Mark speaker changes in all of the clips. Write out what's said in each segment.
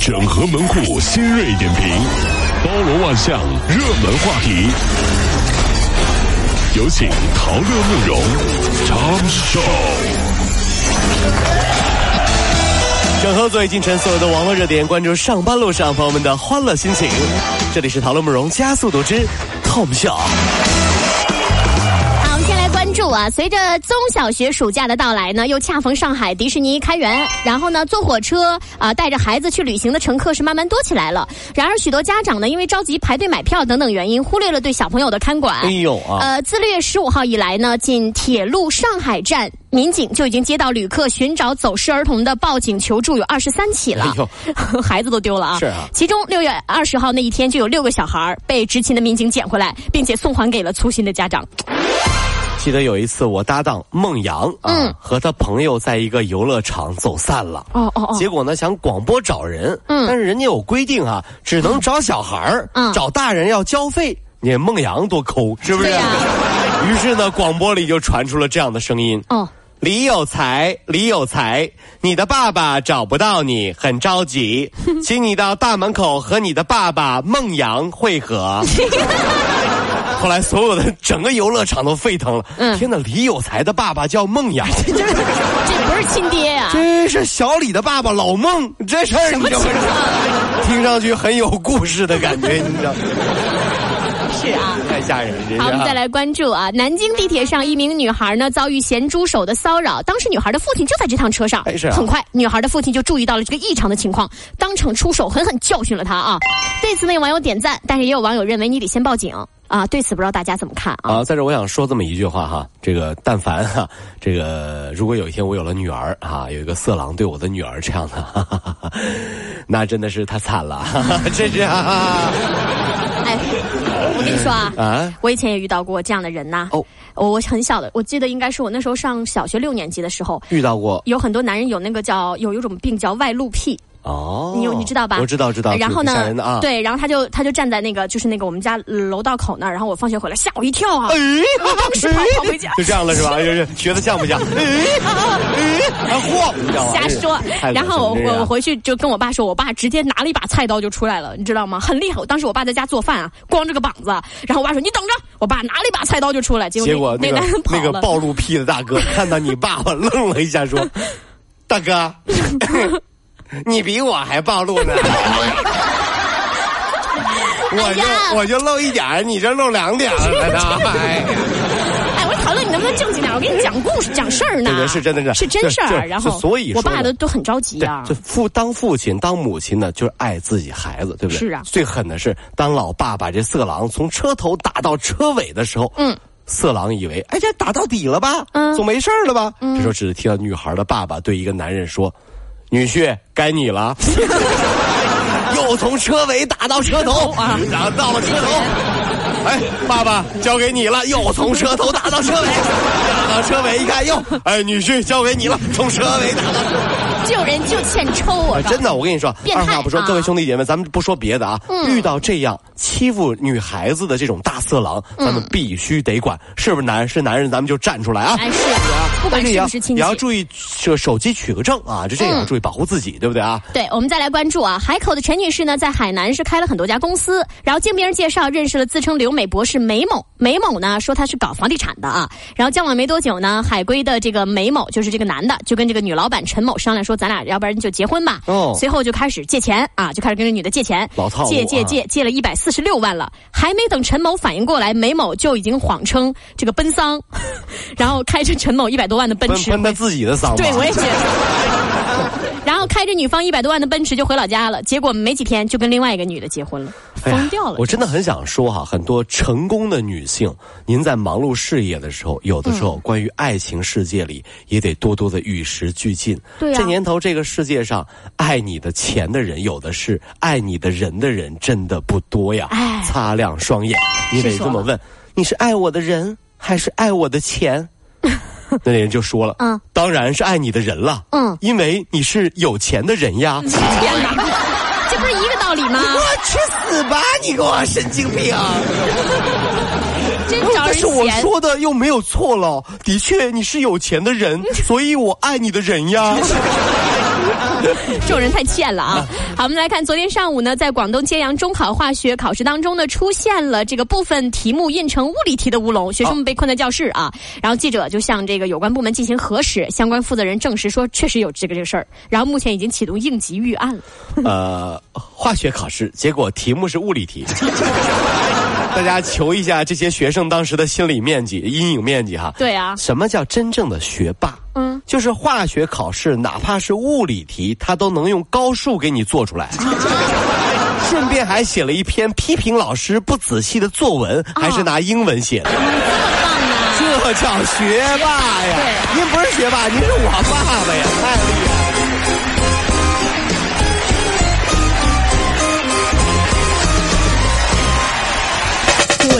Speaker 1: 整合门户新锐点评，包罗万象，热门话题。有请陶乐慕容长寿。
Speaker 2: 整合最近城所有的网络热点，关注上班路上朋友们的欢乐心情。这里是《陶乐慕容加速度之 Tom Show》。
Speaker 3: 好，我们先来关注啊，随着中小学暑假的到来呢，又恰逢上海迪士尼开园，然后呢，坐火车啊、带着孩子去旅行的乘客是慢慢多起来了。然而，许多家长呢，因为着急排队买票等等原因，忽略了对小朋友的看管。
Speaker 2: 哎呦啊，
Speaker 3: 呃，自六月十五号以来呢，仅铁路上海站民警就已经接到旅客寻找走失儿童的报警求助有二十三起了
Speaker 2: 哎，呦，
Speaker 3: 孩子都丢了啊。
Speaker 2: 是啊
Speaker 3: 其中六月二十号那一天就有六个小孩儿被执勤的民警捡回来，并且送还给了粗心的家长。
Speaker 2: 记得有一次我搭档孟阳啊，
Speaker 3: 嗯
Speaker 2: 和他朋友在一个游乐场走散了。
Speaker 3: 哦哦哦，
Speaker 2: 结果呢，想广播找人，
Speaker 3: 嗯
Speaker 2: 但是人家有规定啊，只能找小孩儿，
Speaker 3: 嗯
Speaker 2: 找大人要交费。你看孟阳多抠，是不是？
Speaker 3: 对呀
Speaker 2: 于是呢，广播里就传出了这样的声音：
Speaker 3: 哦。
Speaker 2: 李有才，李有才，你的爸爸找不到你，很着急， 请你到大门口和你的爸爸孟阳会 合。后来，所有的整个游乐场都沸腾了。
Speaker 3: 嗯
Speaker 2: 天哪，李有才的爸爸叫孟 阳，
Speaker 3: 这不是亲爹呀、
Speaker 2: 这是小李的爸爸老孟，这事儿你就听上去很有故事的感觉，你知道？
Speaker 3: 是啊。
Speaker 2: 太吓人了！这
Speaker 3: 好，我
Speaker 2: 是
Speaker 3: 们
Speaker 2: 啊
Speaker 3: 再来关注啊，南京地铁上一名女孩呢遭遇咸猪手的骚扰，当时女孩的父亲就在这趟车上
Speaker 2: 哎是，啊
Speaker 3: 很快女孩的父亲就注意到了这个异常的情况，当场出手狠狠教训了她啊。对此呢，有网友点赞，但是也有网友认为你得先报警啊。对此不知道大家怎么看啊？
Speaker 2: 啊，在这我想说这么一句话哈，这个但凡哈，这个如果有一天我有了女儿啊，有一个色狼对我的女儿这样的， 哈哈哈哈那真的是太惨了， 哈哈这是啊
Speaker 3: 哎，我跟你说啊，
Speaker 2: 啊
Speaker 3: 我以前也遇到过这样的人呐、
Speaker 2: 哦，
Speaker 3: 我我很小的，我记得应该是我那时候上小学六年级的时候，
Speaker 2: 遇到过
Speaker 3: 有很多男人有那个叫有一种病叫外露癖。
Speaker 2: 哦，
Speaker 3: 你有你知道吧？
Speaker 2: 我知道知道，
Speaker 3: 然后
Speaker 2: 挺吓
Speaker 3: 呢
Speaker 2: 人的啊，，
Speaker 3: 对，然后他就他就站在那个就是那个我们家楼道口那儿，然后我放学回来吓我一跳
Speaker 2: 哎
Speaker 3: 啊！我当时跑跑回家
Speaker 2: 就这样了是吧？就是学的像不像？ 哎，嚯，你知道吗
Speaker 3: 瞎说
Speaker 2: 哎太恶心了，
Speaker 3: 然后我
Speaker 2: 这个
Speaker 3: 我我回去就跟我爸说，我爸直接拿了一把菜刀就出来了，你知道吗？很厉害。我当时我爸在家做饭啊，光着个膀子，然后我爸说你等着，我爸拿了一把菜刀就出来，结果
Speaker 2: 结果
Speaker 3: 那
Speaker 2: 那
Speaker 3: 男人
Speaker 2: 个
Speaker 3: 跑
Speaker 2: 那个
Speaker 3: 了。
Speaker 2: 暴露癖的大 哥看到你爸爸愣了一下，说：“大哥， 你比我还暴露 呢。”我
Speaker 3: 哎呀
Speaker 2: 就我就露一点儿，你这露两点儿了呢。哎，
Speaker 3: 哎，我讨论你能不能正经点，我给你讲故事讲事儿呢
Speaker 2: 对。对是真的是
Speaker 3: 是真事
Speaker 2: 就
Speaker 3: 儿。
Speaker 2: 就
Speaker 3: 然后
Speaker 2: 所以
Speaker 3: 我
Speaker 2: 说呢
Speaker 3: 爸都都很着急
Speaker 2: 对
Speaker 3: 啊，
Speaker 2: 就。父当父亲当母亲呢，就是爱自己孩子，对不对？
Speaker 3: 是啊
Speaker 2: 最狠的是，当老爸把这色狼从车头打到车尾的时候，
Speaker 3: 嗯。
Speaker 2: 色狼以为，哎，这打到底了吧？
Speaker 3: 嗯
Speaker 2: 总没事儿了吧？这时候只是听到女孩的爸爸对一个男人说：“女婿，该你 了。”又从车尾打到车头啊，然后到了车头，哎，爸爸交给你了。又从车头打到车尾，打到车尾一看，又哎，女婿交给你了，从车尾打到。
Speaker 3: 救人就欠抽，我
Speaker 2: 哎
Speaker 3: 告诉你
Speaker 2: 真的，我跟你说，
Speaker 3: 变态
Speaker 2: 二话不说，
Speaker 3: 啊嗯
Speaker 2: 各位兄弟姐妹，咱们不说别的啊，遇到这样欺负女孩子的这种大色狼，
Speaker 3: 嗯
Speaker 2: 咱们必须得管，是不是男是男人，咱们就站出来啊！
Speaker 3: 哎，是，不
Speaker 2: 但
Speaker 3: 管
Speaker 2: 也
Speaker 3: 是
Speaker 2: 要
Speaker 3: 不是亲
Speaker 2: 也
Speaker 3: 戚。嗯
Speaker 2: 要注意这手机取个证啊，就这也要注意保护自己，对不对啊？
Speaker 3: 对，我们再来关注啊，海口的陈女士呢，在海南是开了很多家公司，然后经别人介绍认识了自称留美博士梅某。梅某呢说她是搞房地产的啊，然后交往没多久呢，海归的这个梅某就是这个男的，就跟这个女老板陈某商量说，咱俩要不然就结婚吧。
Speaker 2: 哦
Speaker 3: 随后就开始借钱啊，就开始跟这女的借钱，
Speaker 2: 老套路
Speaker 3: 借借
Speaker 2: 啊
Speaker 3: 借借了一百四十六万了，还没等陈某反应过来，梅某就已经谎称这个奔丧， 然后开着陈某一百多万的奔
Speaker 2: 喷
Speaker 3: 驰
Speaker 2: 喷他自己的嗓子，
Speaker 3: 对，我也觉得。 然后开着女方一百多万的奔驰就回老家了，结果没几天就跟另外一个女的结婚了，
Speaker 2: 哎呀
Speaker 3: 疯掉了。
Speaker 2: 我真的很想说哈、很多成功的女性，您在忙碌事业的时候，有的时
Speaker 3: 嗯
Speaker 2: 候关于爱情世界里也得多多的与时俱进。
Speaker 3: 对啊
Speaker 2: 这年头这个世界上，爱你的钱的人有的是，爱你的人的人真的不多呀。
Speaker 3: 哎
Speaker 2: 擦亮双眼，你得
Speaker 3: 是说
Speaker 2: 这么
Speaker 3: 了
Speaker 2: 问：你是爱我的人，还是爱我的 钱？那人就说了，
Speaker 3: 嗯，
Speaker 2: 当然是爱你的人了，
Speaker 3: 嗯
Speaker 2: 因为你是有钱的人呀。
Speaker 3: 天 哪，这不是一个道理吗？
Speaker 2: 去死吧！你给我神经病、
Speaker 3: 真招
Speaker 2: 但
Speaker 3: 人
Speaker 2: 是我
Speaker 3: 嫌。
Speaker 2: 说的又没有 错了，的确你是有钱的人，所以我爱你的人呀。
Speaker 3: 这种人太欠了啊！好，我们来看昨天上午呢，在广东揭阳中考化学考试当中呢，出现了这个部分题目印成物理题的乌龙，
Speaker 2: 哦
Speaker 3: 学生们被困在教室啊。然后记者就向这个有关部门进行核实，相关负责人证实说确实有这个这个事儿，然后目前已经启动应急预案了。
Speaker 2: 呃，化学考试，结果题目是物理题。大家求一下这些学生当时的心理面积、阴影面积哈。
Speaker 3: 对啊
Speaker 2: 什么叫真正的学霸？
Speaker 3: 嗯，
Speaker 2: 就是化学考试，哪怕是物理题，他都能用高数给你做出 来。顺便还写了一篇批评老师不仔细的作文，
Speaker 3: 啊
Speaker 2: 还是拿英文写的。这叫学霸呀！
Speaker 3: 对
Speaker 2: 您不是学霸，您是我爸爸呀！
Speaker 4: 哎
Speaker 2: 太厉害了。
Speaker 4: 各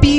Speaker 4: B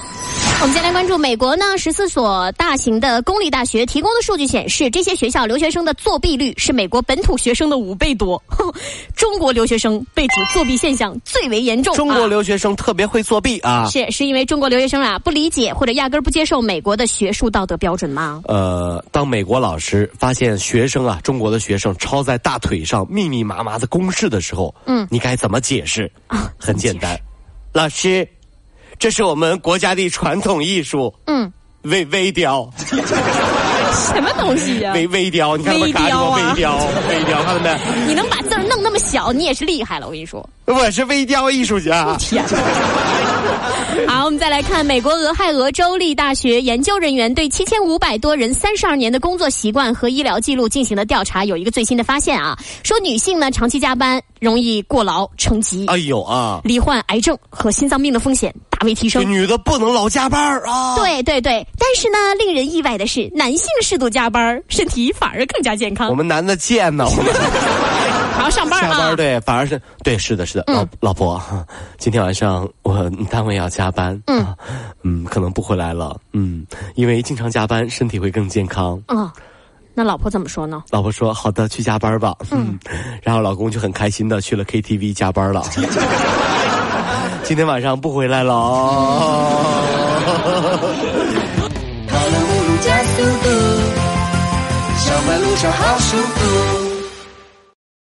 Speaker 3: 我们先来关注美国呢，十四所大型的公立大学提供的数据显示，这些学校留学生的作弊率是美国本土学生的五倍多。 中国留学生被指作弊现象最为严重。
Speaker 2: 中
Speaker 3: 啊
Speaker 2: 国留学生特别会作弊啊。
Speaker 3: 是是因为中国留学生啊不理解或者压根儿不接受美国的学术道德标准吗？
Speaker 2: 呃，当美国老师发现学生啊，中国的学生抄在大腿上密密麻麻的公式的时候，嗯，你该怎么解释？ 很简单，老师，这是我们国家的传统艺术，嗯，微微雕，
Speaker 3: 什么东西呀、
Speaker 2: 微微雕，你看到没？
Speaker 3: 微
Speaker 2: 卡
Speaker 3: 雕
Speaker 2: 住
Speaker 3: 啊
Speaker 2: 微雕，微雕，看到没？
Speaker 3: 你能把字儿弄那么小，你也是厉害了。我跟你说，
Speaker 2: 我是微雕艺术家。
Speaker 3: 天哪！ 好，我们再来看美国俄亥俄州立大学研究人员对七千五百多人三十二年的工作习惯和医疗记录进行了调查，有一个最新的发现啊，说女性呢长期加班容易过劳成疾，
Speaker 2: 哎呦啊，
Speaker 3: 罹患癌症和心脏病的风险大为提
Speaker 2: 这
Speaker 3: 升。
Speaker 2: 女的不能老加班儿啊。。
Speaker 3: 对对对，但是呢，令人意外的是，男性适度加班儿，身体反而更加健 康
Speaker 2: 我。们男的贱呢，我们
Speaker 3: 还要上班儿
Speaker 2: 下
Speaker 3: 啊，
Speaker 2: 班对，反而是对，是的，是的，老老婆，哈今天晚上我单位要加班，嗯、嗯，可能不回来了，嗯，因为经常加班身体会更健康。
Speaker 3: 嗯，那老婆怎么说呢？
Speaker 2: 老婆说好的，去加班吧，嗯，然后老公就很开心的去了 KTV 加班 了，今天晚上不回来了哦。
Speaker 5: 跑了五路加速度，上班路上好舒服。